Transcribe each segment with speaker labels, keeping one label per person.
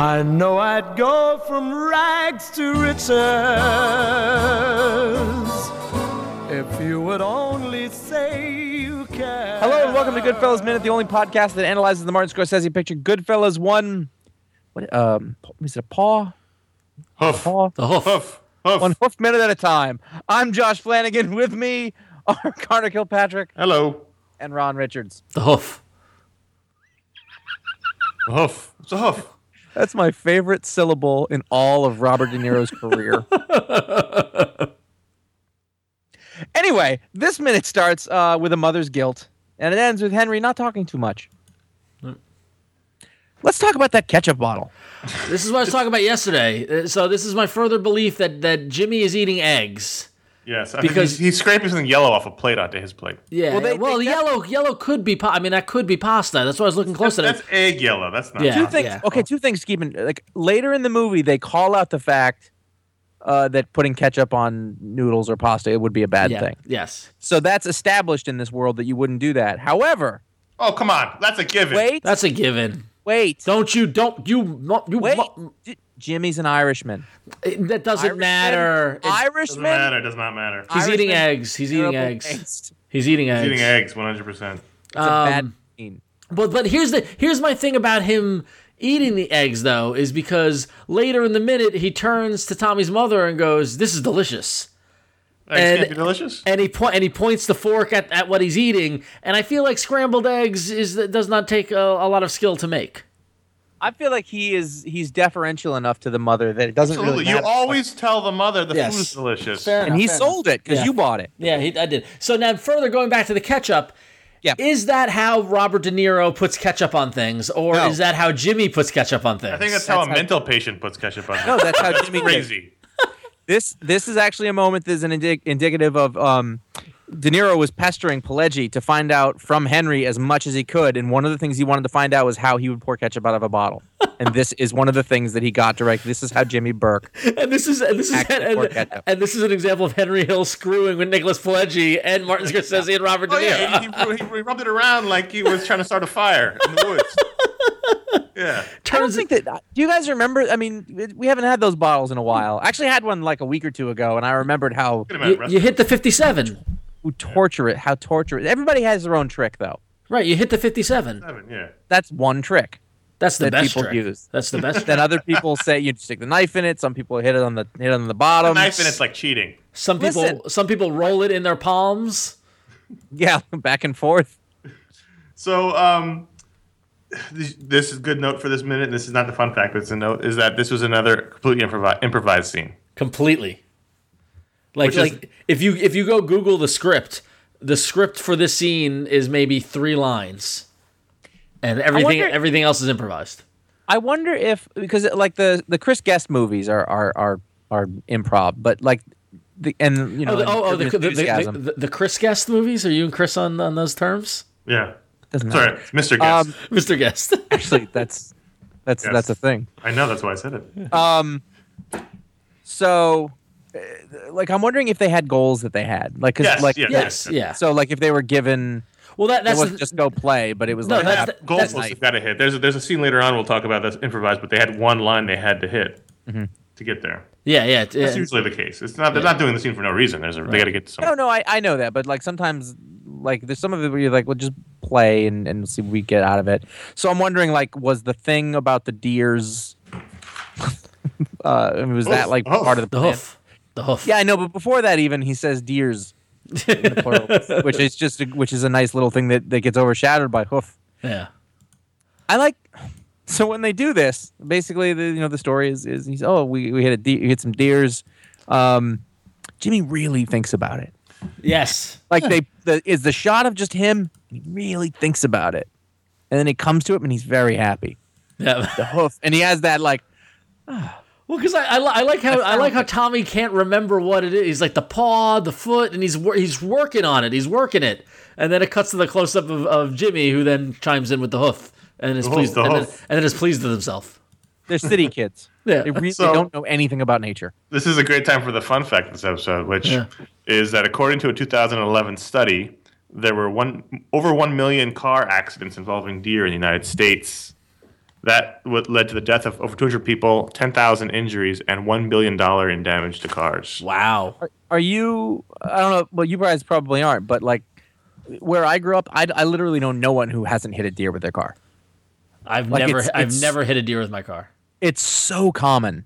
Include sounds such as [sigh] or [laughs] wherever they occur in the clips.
Speaker 1: I know I'd go from rags to riches if you would only say you care.
Speaker 2: Hello and welcome to Goodfellas Minute, the only podcast that analyzes the Martin Scorsese picture Goodfellas 1. What um is it a paw?
Speaker 3: Huff,
Speaker 2: Paw?
Speaker 4: The hoof.
Speaker 2: One hoof minute at a time. I'm Josh Flanagan. With me are [laughs] Connor Kilpatrick
Speaker 3: Hello.
Speaker 2: and Ron Richards.
Speaker 4: The hoof.
Speaker 3: A huff. It's a huff.
Speaker 2: That's my favorite syllable in all of Robert De Niro's career. anyway, this minute starts uh, with a mother's guilt, and it ends with Henry not talking too much. Let's talk about that ketchup bottle.
Speaker 4: This is what I was talking about yesterday. Uh, So this is my further belief that that Jimmy is eating eggs.
Speaker 3: Yes,
Speaker 4: Because-
Speaker 3: because he's, he's scraping something yellow off a plate onto his plate.
Speaker 4: Yeah.
Speaker 2: Well,
Speaker 4: Well,
Speaker 2: they- they-
Speaker 4: yellow yellow could be. Pa- I mean, that could be pasta. That's why I was looking close
Speaker 3: That's,
Speaker 4: to
Speaker 3: that's
Speaker 4: that.
Speaker 3: egg yellow. That's not.
Speaker 4: Yeah.
Speaker 2: two things. Okay, two things. Keeping like later in the movie, they call out the fact uh, that putting ketchup on noodles or pasta it would be a bad
Speaker 4: Yeah.
Speaker 2: thing.
Speaker 4: Yes.
Speaker 2: So that's established in this world that you wouldn't do that. However,
Speaker 3: Oh come on, that's a given.
Speaker 2: wait,
Speaker 4: That's a given.
Speaker 2: wait,
Speaker 4: Don't you? Don't you? mo- you
Speaker 2: wait.
Speaker 4: mo-
Speaker 2: J- Jimmy's an Irishman.
Speaker 4: it- that doesn't
Speaker 2: Irishman-
Speaker 4: matter. It-
Speaker 3: Doesn't
Speaker 2: Irishman.
Speaker 3: matter. Does not matter.
Speaker 4: he's
Speaker 2: Irishman-
Speaker 4: eating eggs. He's eating
Speaker 2: terrible
Speaker 4: eggs.
Speaker 2: taste.
Speaker 4: He's eating eggs.
Speaker 3: He's eating eggs 100. percent
Speaker 2: It's a bad
Speaker 4: Um,
Speaker 2: scene.
Speaker 4: But but here's the here's my thing about him eating the eggs though is because later in the minute he turns to Tommy's mother and goes, "This is delicious."
Speaker 3: Eggs
Speaker 4: And-
Speaker 3: can't be delicious.
Speaker 4: And he point and he points the fork at, at what he's eating. And I feel like scrambled eggs is does not take a, a lot of skill to make.
Speaker 2: I feel like he is he's deferential enough to the mother that it doesn't
Speaker 3: Absolutely.
Speaker 2: really
Speaker 3: you
Speaker 2: matter.
Speaker 3: always tell the mother the
Speaker 4: Yes.
Speaker 3: food is delicious.
Speaker 2: and he sold it because
Speaker 4: Yeah.
Speaker 2: you bought it.
Speaker 4: Yeah, he, I did. So now, further going back to the ketchup.
Speaker 2: Yeah.
Speaker 4: Is that how Robert De Niro puts ketchup on things, or
Speaker 2: No.
Speaker 4: is that how Jimmy puts ketchup on things?
Speaker 3: I think that's, how a
Speaker 2: how-
Speaker 3: mental patient puts ketchup on.
Speaker 2: No,
Speaker 3: it. [laughs]
Speaker 2: that's how Jimmy did.
Speaker 3: crazy.
Speaker 2: This this is actually a moment that is an indic- indicative of um, De Niro was pestering Pileggi to find out from Henry as much as he could, and one of the things he wanted to find out was how he would pour ketchup out of a bottle. and this is one of the things that he got direct. This is how Jimmy Burke.
Speaker 4: [laughs] and this is and this is
Speaker 2: Actually,
Speaker 4: and,
Speaker 2: poor ketchup.
Speaker 4: and this is an example of Henry Hill screwing with Nicholas Pileggi and Martin Scorsese and Robert De
Speaker 3: Oh
Speaker 4: Niro.
Speaker 3: yeah, he, he, he rubbed it around like he was trying to start a fire in the woods. Yeah,
Speaker 2: I don't think that. Do you guys remember? I mean, we haven't had those bottles in a while. I actually had one like a week or two ago, and I remembered how
Speaker 3: Wait a
Speaker 4: you,
Speaker 3: minute,
Speaker 4: you hit the fifty-seven,
Speaker 2: torture it, how torture it. Everybody has their own trick, though.
Speaker 4: right? You hit the fifty-seven.
Speaker 3: Rustin. Yeah.
Speaker 2: That's one trick.
Speaker 4: That's the
Speaker 2: That
Speaker 4: best
Speaker 2: people
Speaker 4: trick.
Speaker 2: use.
Speaker 4: That's
Speaker 2: [laughs]
Speaker 4: the best.
Speaker 2: Then
Speaker 3: [laughs]
Speaker 4: trick.
Speaker 2: other people say you stick the knife in it. Some people hit it on the hit it on the bottom.
Speaker 3: Knife and it's like cheating.
Speaker 4: Some people
Speaker 2: Listen.
Speaker 4: some people roll it in their palms.
Speaker 2: [laughs] Yeah, back and forth.
Speaker 3: So um, this, this is a good note for this minute. and This is not the fun fact, but it's a note. Is that this was another completely improvi- improvised scene.
Speaker 4: completely like
Speaker 3: Which is-
Speaker 4: like if you if you go google the script the script for this scene is maybe three lines and everything
Speaker 2: wonder-
Speaker 4: everything else is improvised
Speaker 2: I wonder if because like the the Chris Guest movies are are are are improv, but like the and you know
Speaker 4: oh, the, oh, oh, the, the, the,
Speaker 2: enthusiasm.
Speaker 4: the, the chris guest movies are you and chris on on those terms [laughs]
Speaker 3: Yeah.
Speaker 2: Doesn't
Speaker 3: Sorry,
Speaker 2: matter.
Speaker 3: Mr. Guest.
Speaker 2: Um,
Speaker 4: mr guest
Speaker 2: actually that's that's
Speaker 3: Yes.
Speaker 2: that's a thing.
Speaker 3: I know that's why I said it.
Speaker 2: So uh, like I'm wondering if they had goals that they had like 'cause,
Speaker 3: Yes,
Speaker 2: like
Speaker 3: yes.
Speaker 4: yes yeah
Speaker 2: so like if they were given
Speaker 4: [laughs] well that
Speaker 2: it
Speaker 4: that's
Speaker 2: wasn't
Speaker 4: the,
Speaker 2: just go play but it was
Speaker 4: No,
Speaker 2: like
Speaker 4: that's
Speaker 2: have-
Speaker 4: the- that's-
Speaker 3: Goalposts have got to hit. There's a, there's a scene later on we'll talk about that's improvised, but they had one line they had to hit to get there.
Speaker 4: yeah yeah, it-
Speaker 3: That's
Speaker 4: it-
Speaker 3: usually the case. It's not they're not doing the scene for no reason. There's a, they got to get to
Speaker 2: No,
Speaker 3: something.
Speaker 2: no, I, I know that, but like sometimes, like there's some of it where you're like, well, just play and, and see what we get out of it. So I'm wondering, like, was the thing about the deers? [laughs] uh, I mean, was that
Speaker 3: Hoof,
Speaker 2: like
Speaker 3: hoof,
Speaker 2: part of the
Speaker 4: the
Speaker 2: plan?
Speaker 4: hoof the hoof
Speaker 2: Yeah, I know, but before that, even he says deers, in the
Speaker 4: [laughs]
Speaker 2: plural, which is just a, which is a nice little thing that that gets overshadowed by hoof.
Speaker 4: yeah
Speaker 2: I like. So when they do this, basically, the, you know, the story is is he's oh we we hit a de- we hit some deers. Um, Jimmy really thinks about it.
Speaker 4: yes
Speaker 2: Like they the, is the shot of just him. He really thinks about it, and then it comes to him, and he's very happy.
Speaker 4: yeah
Speaker 2: The hoof, and he has that like
Speaker 4: Well, because I, I, li- I like how I, like how Tommy can't remember what it is. He's like the paw, the foot, and he's wor- he's working on it. He's working it, and then it cuts to the close up of, of Jimmy, who then chimes in with the hoof, and is
Speaker 3: The hoof,
Speaker 4: pleased,
Speaker 3: the
Speaker 4: and, then,
Speaker 3: hoof.
Speaker 4: and then is pleased with himself.
Speaker 2: they're city kids.
Speaker 4: Yeah.
Speaker 2: They really
Speaker 3: So-
Speaker 2: don't know anything about nature.
Speaker 3: This is a great time for the fun fact this episode, which
Speaker 4: Yeah.
Speaker 3: is that according to a 2011 study, there were one over one million car accidents involving deer in the United States. That what led to the death of over 200 people, 10,000 injuries, and one billion dollar in damage to cars.
Speaker 4: Wow.
Speaker 2: Are you? I don't know. Well, you guys probably aren't, but like where I grew up, I, I literally know no one who hasn't hit a deer with their car.
Speaker 4: I've
Speaker 2: Like,
Speaker 4: never
Speaker 2: it's-
Speaker 4: I've
Speaker 2: it's-
Speaker 4: never hit a deer with my car.
Speaker 2: it's so common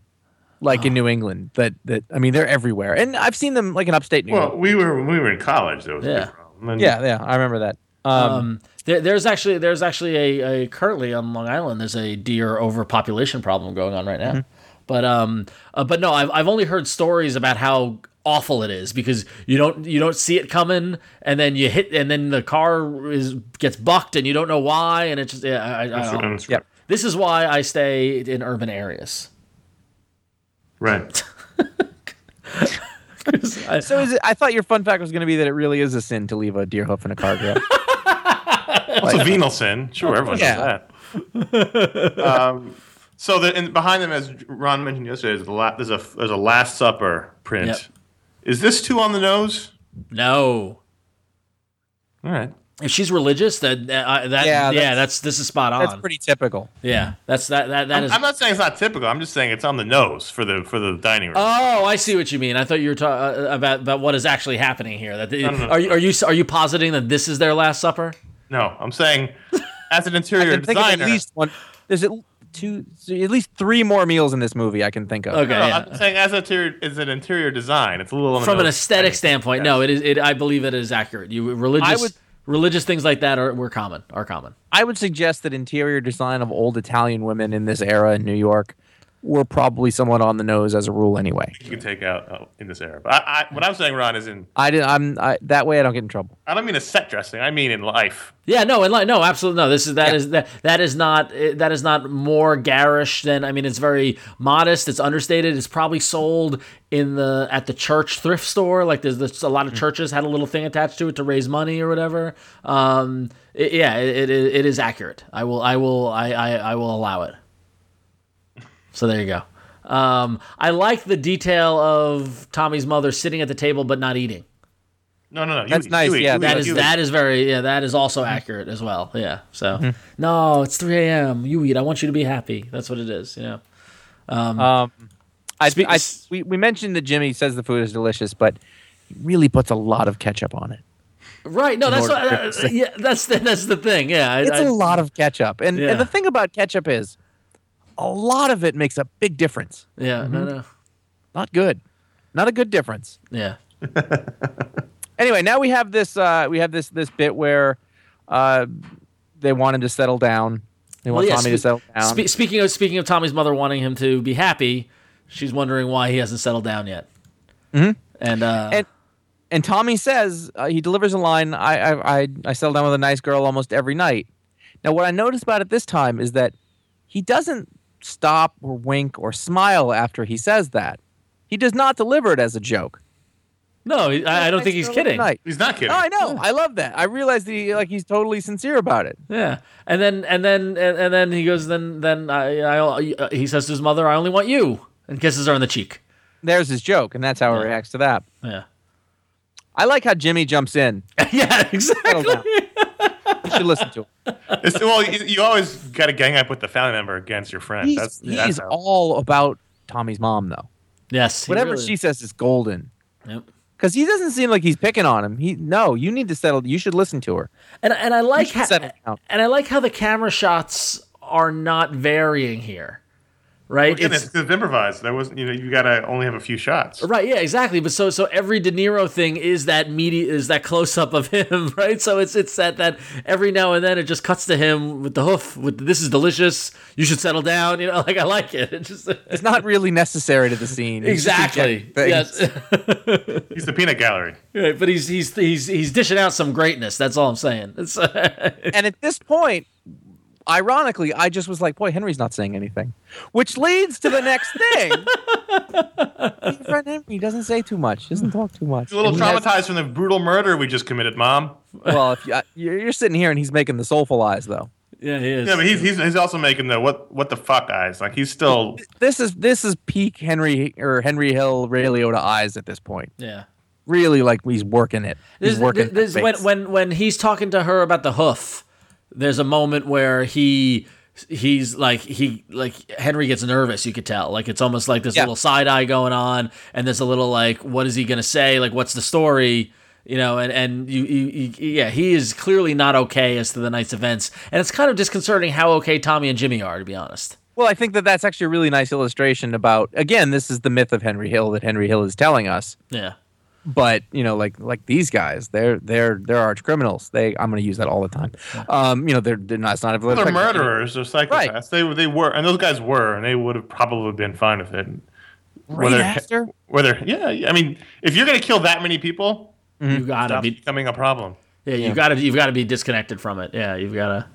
Speaker 2: like
Speaker 3: Ah.
Speaker 2: in new england that that i mean they're everywhere and i've seen them like in upstate new york
Speaker 3: Well, we were when we were in college. There was a
Speaker 4: Yeah.
Speaker 3: big problem. And
Speaker 2: yeah yeah i remember that
Speaker 3: uh,
Speaker 2: um,
Speaker 4: Um, there, there's actually there's actually a, a currently on Long Island there's a deer overpopulation problem going on right now.
Speaker 3: Mm-hmm.
Speaker 4: But um, uh, but no, I've I've only heard stories about how awful it is because you don't you don't see it coming and then you hit and then the car is gets bucked and you don't know why and it's just yeah, I, I, I don't-
Speaker 3: and-
Speaker 2: Yep.
Speaker 4: this is why I stay in urban areas.
Speaker 3: Right.
Speaker 4: 'Cause I-
Speaker 2: so is it, i thought your fun fact was going to be that it really is a sin to leave a deer hoof in
Speaker 3: [laughs]
Speaker 2: a car grill
Speaker 3: It's a venal sin.
Speaker 4: [laughs]
Speaker 3: Sure, everyone
Speaker 2: Yeah.
Speaker 3: knows that. um, so the, and behind them, as Ron mentioned yesterday, is the la- there's a there's a Last Supper print.
Speaker 4: Yep.
Speaker 3: Is this too on the nose?
Speaker 4: no,
Speaker 3: All right.
Speaker 4: if she's religious, then uh, I- that yeah,
Speaker 2: Yeah,
Speaker 4: that's,
Speaker 2: that's-
Speaker 4: this is spot on.
Speaker 2: that's pretty typical
Speaker 4: yeah, that's that that that
Speaker 3: I'm,
Speaker 4: is-
Speaker 3: I'm not saying it's not typical. I'm just saying it's on the nose for the for the dining room.
Speaker 4: Oh, I see what you mean. I thought you were talking about about what is actually happening here. That the,
Speaker 3: no, no.
Speaker 4: are you are you are you positing that this is their last supper?
Speaker 3: no, I'm saying as an interior
Speaker 2: and think of
Speaker 3: designer.
Speaker 2: at least one there's at, two, at least three more meals in this movie I can think of.
Speaker 4: Okay,
Speaker 3: No,
Speaker 4: yeah.
Speaker 3: I'm saying as, a interior, as an interior design, it's a little on the
Speaker 4: from an
Speaker 3: nose.
Speaker 4: aesthetic standpoint, no, it is. It I believe it is accurate. You religious
Speaker 2: would-
Speaker 4: religious things like that are were common are common.
Speaker 2: I would suggest that interior design of old Italian women in this era in New York were probably somewhat on the nose as a rule anyway.
Speaker 3: you can take out uh, in this era. But I, I, what I'm saying, Ron, is in
Speaker 2: I didn't. I'm I, that way. I don't get in trouble.
Speaker 3: I don't mean a set dressing. I mean in life.
Speaker 4: Yeah, no, and like no, absolutely no. This is that is that that is not eh, that is not more garish than I mean. It's very modest. It's understated. It's probably sold in the at the church thrift store. Like there's, there's a lot of churches had a little thing attached to it to raise money or whatever. Um, it, yeah, it, it it is accurate. I will I will I I, I will allow it. So there you go. Um, I like the detail of Tommy's mother sitting at the table but not eating.
Speaker 3: No, no, no. You
Speaker 2: That's
Speaker 3: eat,
Speaker 2: nice,
Speaker 3: you eat,
Speaker 2: yeah,
Speaker 3: you
Speaker 4: That
Speaker 3: eat,
Speaker 4: is
Speaker 3: you eat.
Speaker 4: that is very yeah. That is also
Speaker 2: Mm-hmm.
Speaker 4: accurate as well. Yeah. So no, it's three a.m. You eat. I want you to be happy. That's what it is. You know.
Speaker 2: Um, I,
Speaker 4: Spe-
Speaker 2: I we, we mentioned that Jimmy says the food is delicious, but he really puts a lot of ketchup on it.
Speaker 4: Right. No. That's
Speaker 2: order
Speaker 4: what,
Speaker 2: to
Speaker 4: uh,
Speaker 2: fix it.
Speaker 4: yeah. That's the, that's the thing. Yeah. I-
Speaker 2: It's
Speaker 4: I-
Speaker 2: a lot of ketchup, and,
Speaker 4: Yeah.
Speaker 2: and the thing about ketchup is, a lot of it makes a big difference.
Speaker 4: Yeah.
Speaker 2: Mm-hmm.
Speaker 4: No. No.
Speaker 2: Not good, not a good difference.
Speaker 4: Yeah.
Speaker 2: anyway, now we have this uh, we have this this bit where uh, they want him to settle down. They want
Speaker 4: yeah,
Speaker 2: Tommy to
Speaker 4: spe-
Speaker 2: settle down.
Speaker 4: spe- speaking of speaking of Tommy's mother wanting him to be happy, she's wondering why he hasn't settled down yet. Mm-hmm. And, uh,
Speaker 2: And- and Tommy says uh, he delivers a line. I, I I I settle down with a nice girl almost every night. Now, what I noticed about it this time is that he doesn't stop or wink or smile after he says that. He does not deliver it as a joke.
Speaker 4: no, I, I don't think he's
Speaker 2: Girl every
Speaker 4: kidding.
Speaker 2: night.
Speaker 3: He's not kidding.
Speaker 4: Oh,
Speaker 2: No, I know. I love that. I realize that he, like he's totally sincere about it.
Speaker 4: Yeah, and then and then and, and then he goes. Then then I, I uh, he says to his mother, "I only want you," and kisses her on the cheek.
Speaker 2: There's his joke, and that's how he reacts to that.
Speaker 4: Yeah,
Speaker 2: I like how Jimmy jumps in.
Speaker 4: [laughs] yeah, exactly.
Speaker 2: Settle down. [laughs] you should listen to him.
Speaker 3: It's- well, you, you always got to gang up with the family member against your friend.
Speaker 2: He's,
Speaker 3: that's
Speaker 2: he's
Speaker 3: that's how-
Speaker 2: all about Tommy's mom, though.
Speaker 4: Yes, he
Speaker 2: Whatever
Speaker 4: really-
Speaker 2: she says is golden.
Speaker 4: Yep.
Speaker 2: Because he doesn't seem like he's picking on him. He no, you need to settle. You should listen to her.
Speaker 4: And and I like
Speaker 2: should
Speaker 4: how,
Speaker 2: settle down.
Speaker 4: and I like how the camera shots are not varying here, right?
Speaker 3: Again, it's, it's improvised. There wasn't, you know, you got to only have a few shots.
Speaker 4: Right, yeah, exactly. But so so every De Niro thing is that media is that close up of him, [laughs] right? So it's it's that that every now and then it just cuts to him with the hoof with this is delicious, you should settle down, you know, [laughs] like I like it. It's just
Speaker 2: It's not really necessary to the scene. He's just
Speaker 4: exactly.
Speaker 2: injecting things.
Speaker 4: Yes. [laughs]
Speaker 3: He's the peanut gallery.
Speaker 4: right, but he's he's he's he's dishing out some greatness. That's all I'm saying. [laughs] It's
Speaker 2: And at this point, ironically, I just was like, "Boy, Henry's not saying anything," which leads to the next thing. Your friend Henry doesn't say too much. Doesn't talk too much.
Speaker 3: He's a little
Speaker 2: And he has-
Speaker 3: traumatized from the brutal murder we just committed, Mom.
Speaker 2: well, if you, I- you're you're sitting here and he's making the soulful eyes though.
Speaker 4: yeah, he is.
Speaker 3: Yeah, but he's he's, he's also making the what what the fuck eyes. Like he's still
Speaker 2: This is this is peak Henry or Henry Hill Ray Liotta eyes at this point.
Speaker 4: yeah.
Speaker 2: Really, like he's working it. He's
Speaker 4: This-
Speaker 2: working. that
Speaker 4: this- when
Speaker 2: face.
Speaker 4: when when he's talking to her about the hoof. There's a moment where he he's like he like Henry gets nervous. You could tell like it's almost like this
Speaker 2: Yeah.
Speaker 4: little side eye going on, and there's a little like what is he gonna say? Like what's the story? You know, and and you, you, you yeah, he is clearly not okay as to the night's events, and it's kind of disconcerting how okay Tommy and Jimmy are to be honest.
Speaker 2: Well, I think that that's actually a really nice illustration about again, this is the myth of Henry Hill that Henry Hill is telling us.
Speaker 4: Yeah.
Speaker 2: But you know, like like these guys, they're they're they're arch criminals. They I'm going to use that all the time. Um, you know, they're they're not. It's not a
Speaker 3: they're murderers. They're psychopaths.
Speaker 2: Right.
Speaker 3: They they were, and those guys were, and they would have probably been fine with it.
Speaker 2: Right after?
Speaker 3: whether yeah, I mean, if you're gonna kill that many people,
Speaker 2: Mm-hmm.
Speaker 4: You gotta
Speaker 3: that's
Speaker 4: be
Speaker 3: becoming a problem.
Speaker 4: yeah, you gotta you've gotta be disconnected from it. Yeah, you've gotta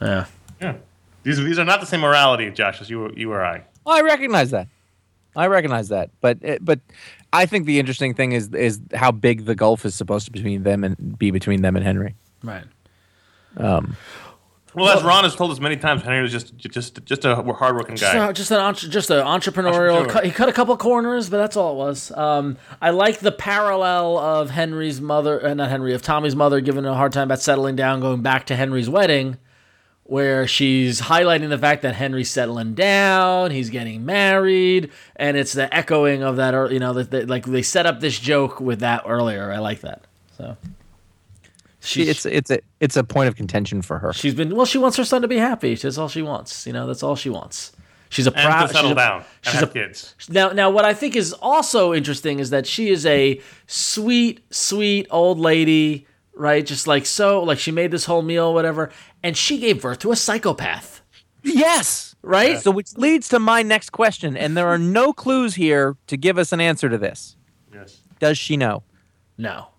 Speaker 4: Yeah.
Speaker 3: Yeah, these these are not the same morality, Josh, as you you or I.
Speaker 2: I recognize that. I recognize that. But it, but I think the interesting thing is is how big the gulf is supposed to between them and be between them and Henry.
Speaker 4: Right.
Speaker 3: Well, as Ron has told us many times, Henry was just just just a hardworking
Speaker 4: just,
Speaker 3: guy.
Speaker 4: a- just an entre- just an entrepreneurial.
Speaker 3: Entrepreneur.
Speaker 4: Cut, he cut a couple corners, but that's all it was. Um, I like the parallel of Henry's mother, uh, not Henry, of Tommy's mother giving him a hard time about settling down, going back to Henry's wedding, where she's highlighting the fact that Henry's settling down, he's getting married, and it's the echoing of that. ear- You know, that that- like they set up this joke with that earlier. I like that. So
Speaker 2: She, it's it's a it's a point of contention for her.
Speaker 4: She's been well. She wants her son to be happy. That's all she wants. You know, that's all she wants. She's a
Speaker 3: and
Speaker 4: proud.
Speaker 3: to settle
Speaker 4: she's a-
Speaker 3: down and
Speaker 4: she's
Speaker 3: have
Speaker 4: a-
Speaker 3: kids.
Speaker 4: Now, now, what I think is also interesting is that she is a sweet, sweet old lady, right? Just like so, like she made this whole meal, whatever, and she gave birth to a psychopath,
Speaker 2: Yes.
Speaker 4: right?
Speaker 2: So which leads to my next question, and there are no clues here to give us an answer to this.
Speaker 3: Yes.
Speaker 2: Does she know?
Speaker 4: No,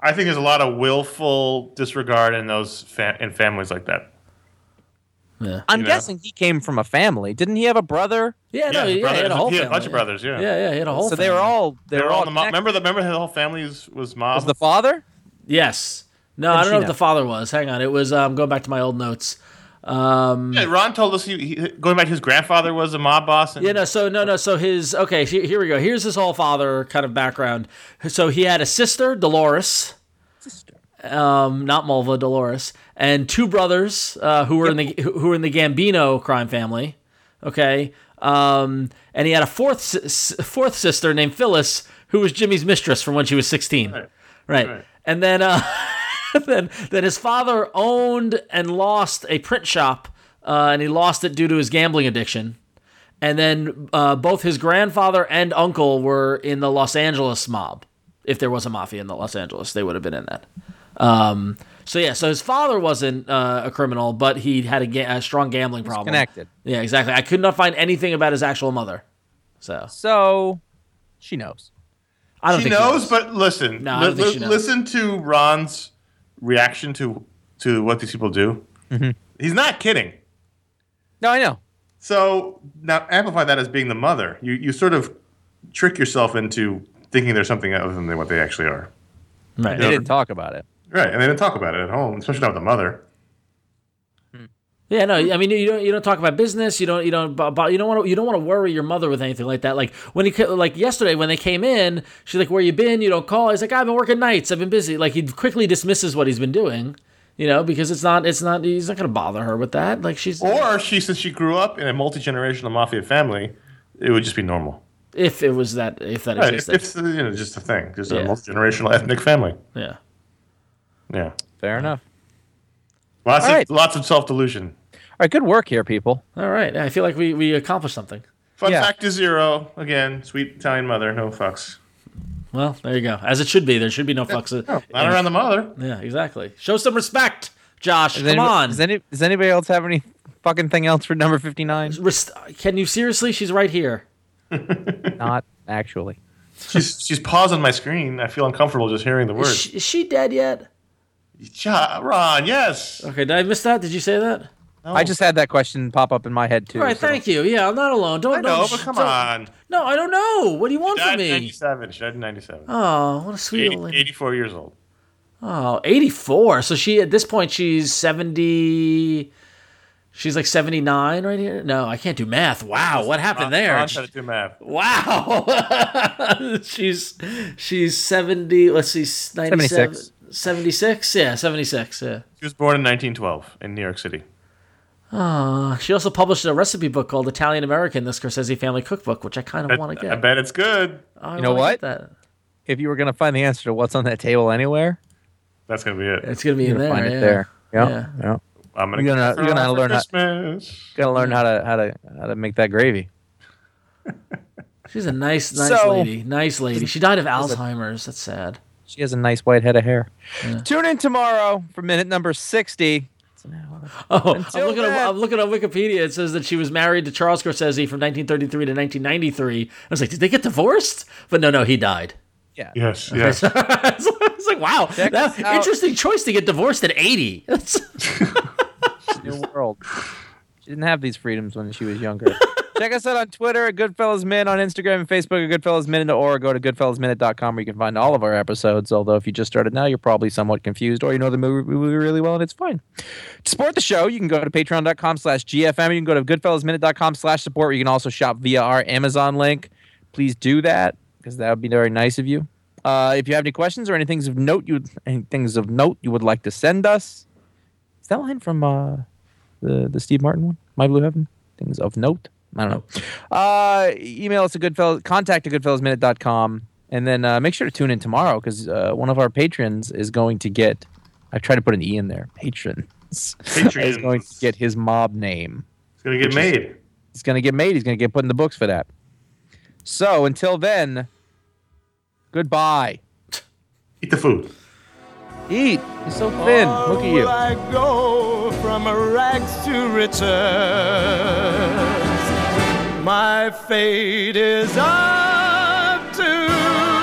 Speaker 3: I think there's a lot of willful disregard in those fam- in families like that.
Speaker 4: yeah,
Speaker 2: I'm
Speaker 3: You know.
Speaker 2: guessing he came from a family. Didn't he have a brother?
Speaker 4: yeah, no,
Speaker 3: his
Speaker 4: yeah,
Speaker 3: brother-
Speaker 4: he had a whole
Speaker 3: he had
Speaker 4: family.
Speaker 3: a bunch of brothers. Yeah,
Speaker 4: Yeah, yeah, he had a whole.
Speaker 2: so they were
Speaker 4: family.
Speaker 2: all they,
Speaker 3: They
Speaker 2: were
Speaker 3: were all in the mob.
Speaker 2: connected.
Speaker 3: Remember the remember the whole family was, was mob.
Speaker 2: Was the father?
Speaker 4: Yes. No,
Speaker 2: she
Speaker 4: I don't know if
Speaker 2: know?
Speaker 4: the father was. Hang on, it was. Um, going back to my old notes. Um,
Speaker 3: Yeah, Ron told us he, he going back. His grandfather was a mob boss. And
Speaker 4: Yeah, no, so no, no, so his okay. Here, here we go. Here's his whole father kind of background. So he had a sister, Dolores, um, not Mulva, Dolores, and two brothers uh, who were in the who were in the Gambino crime family. Okay, um, and he had a fourth sis- fourth sister named Phyllis, who was Jimmy's mistress from when she was sixteen. Right,
Speaker 3: Right.
Speaker 4: and then. Uh, then, then his father owned and lost a print shop, uh, and he lost it due to his gambling addiction. And then uh, both his grandfather and uncle were in the Los Angeles mob. If there was a mafia in the Los Angeles, they would have been in that. Um, so yeah, so his father wasn't uh, a criminal, but he had a, ga- a strong gambling problem.
Speaker 2: connected.
Speaker 4: Yeah, exactly. I could not find anything about his actual mother. So
Speaker 2: So she knows.
Speaker 4: I don't
Speaker 3: she
Speaker 4: think
Speaker 3: knows, but listen,
Speaker 4: No, I
Speaker 3: li-
Speaker 4: don't think
Speaker 3: li-
Speaker 4: she knows.
Speaker 3: listen to Ron's reaction to to what these people do.
Speaker 4: Mm-hmm.
Speaker 3: He's not kidding.
Speaker 2: No, I know.
Speaker 3: So now amplify that as being the mother. You you sort of trick yourself into thinking there's something other than what they actually are.
Speaker 4: Right.
Speaker 2: They didn't talk about it.
Speaker 3: Right, and they didn't talk about it at home, especially not with the mother.
Speaker 4: Yeah, no. I mean, you don't you don't talk about business. You don't you don't bu- bu- you don't want to you don't want to worry your mother with anything like that. Like when he ca- like yesterday when they came in, she's like, "Where you been? You don't call." He's like, "I've been working nights. I've been busy." Like he quickly dismisses what he's been doing, you know, because it's not it's not he's not gonna bother her with that. Like she's
Speaker 3: Or she, since she grew up in a multi generational mafia family, it would just be normal.
Speaker 4: if it was that if that
Speaker 3: Right, it's,
Speaker 4: existed,
Speaker 3: it's, uh, you know, just a thing, just
Speaker 4: Yeah.
Speaker 3: a multi generational ethnic family.
Speaker 4: yeah.
Speaker 3: Yeah,
Speaker 2: Fair enough.
Speaker 3: lots
Speaker 2: All
Speaker 3: of
Speaker 2: right.
Speaker 3: lots of self delusion.
Speaker 2: All right, good work here, people.
Speaker 4: All right, I feel like we we accomplished something.
Speaker 3: Fun
Speaker 2: Yeah.
Speaker 3: fact is zero again. Sweet Italian mother, no fucks.
Speaker 4: Well, there you go. As it should be. There should be no fucks. uh,
Speaker 3: Not around the mother.
Speaker 4: yeah, exactly. Show some respect, Josh.
Speaker 2: Does
Speaker 4: Come
Speaker 2: anybo-
Speaker 4: on.
Speaker 2: Does, any, does anybody else have any fucking thing else for number 59?
Speaker 4: Rest- Can you seriously? She's right here.
Speaker 2: [laughs] Not actually.
Speaker 3: She's she's pausing my screen. I feel uncomfortable just hearing the word.
Speaker 4: Is she, is she dead yet?
Speaker 3: Ja, Ron, yes.
Speaker 4: Okay, did I miss that? Did you say that?
Speaker 2: I just had that question pop up in my head, too.
Speaker 4: All right,
Speaker 2: so-
Speaker 4: thank you. Yeah, I'm not alone. Don't,
Speaker 3: I know,
Speaker 4: don't
Speaker 3: but come
Speaker 4: don't-
Speaker 3: on.
Speaker 4: No, I don't know. What do you want
Speaker 3: She died
Speaker 4: from
Speaker 3: in
Speaker 4: me?
Speaker 3: 97. She died in 97.
Speaker 4: Oh, what a sweet
Speaker 3: 80
Speaker 4: old lady.
Speaker 3: 84 years old.
Speaker 4: Oh, 84. So she at this point she's 70 She's like 79 right here. No, I can't do math. Wow, what happened
Speaker 3: Ron-
Speaker 4: there?
Speaker 3: Ron tried to do math.
Speaker 4: Wow. [laughs] she's she's 70, let's see 97
Speaker 2: 76.
Speaker 4: 76? Yeah, 76. Yeah.
Speaker 3: She was born in 1912 in New York City.
Speaker 4: Uh, she also published a recipe book called Italian American, the Scorsese Family Cookbook, which I kind of want to get.
Speaker 3: I bet it's good.
Speaker 4: I
Speaker 2: You know
Speaker 4: wanna get
Speaker 2: what?
Speaker 4: that.
Speaker 2: If you were going to find the answer to what's on that table anywhere,
Speaker 3: That's gonna be it.
Speaker 4: It's gonna be
Speaker 2: you're
Speaker 4: in
Speaker 2: going
Speaker 4: there.
Speaker 2: to find
Speaker 4: yeah.
Speaker 2: it there. Yeah.
Speaker 4: Yeah.
Speaker 2: yeah.
Speaker 3: I'm gonna
Speaker 2: You're gonna-
Speaker 3: kiss her
Speaker 2: you're gonna
Speaker 3: off for
Speaker 2: learn how-
Speaker 3: Christmas.
Speaker 2: Got to learn how to how to how to make that gravy.
Speaker 4: She's a nice, nice
Speaker 2: So-
Speaker 4: lady. Nice lady. She died of Alzheimer's. That's sad. [laughs]
Speaker 2: She has a nice white head of hair. Tune in tomorrow for minute number 60. It's an hour.
Speaker 4: Oh, I'm
Speaker 2: Until
Speaker 4: looking, on,
Speaker 2: then.
Speaker 4: I'm looking on Wikipedia. It says that she was married to Charles Scorsese from 1933 to 1993. I was like, did they get divorced? But no, no, he died. [laughs]
Speaker 3: Yes,
Speaker 2: [laughs]
Speaker 3: yes.
Speaker 4: I was like, wow, that,
Speaker 2: us out.
Speaker 4: interesting choice to get divorced at 80. [laughs] That's-
Speaker 2: new world. She didn't have these freedoms when she was younger. Check us out on Twitter at Goodfellas Min, on Instagram and Facebook at Goodfellas Min, or go to goodfellasminute.com where you can find all of our episodes. Although, if you just started now, you're probably somewhat confused, or you know the movie movie really well, and it's fine. To support the show, you can go to patreon.com slash GFM. You can go to goodfellasminute.com slash support, where you can also shop via our Amazon link. Please do that, because that would be very nice of you. Uh, if you have any questions or any things of note you any things of note you would like to send us, is that line from uh, the the Steve Martin one, My Blue Heaven, things of note. I don't know. Uh, email us at Goodfellas, contact at goodfellasminute.com. And then uh, make sure to tune in tomorrow because uh, one of our patrons is going to get. I tried to put an E in there. Patrons. is going to
Speaker 5: Patreon's
Speaker 2: get his mob name.
Speaker 5: going to get made.
Speaker 2: He's going to get made. He's going to get put in the books for that. So until then, goodbye.
Speaker 5: Eat the food.
Speaker 2: Eat. You're so thin. Look at you.
Speaker 1: Will I go from rags to riches. My fate is up to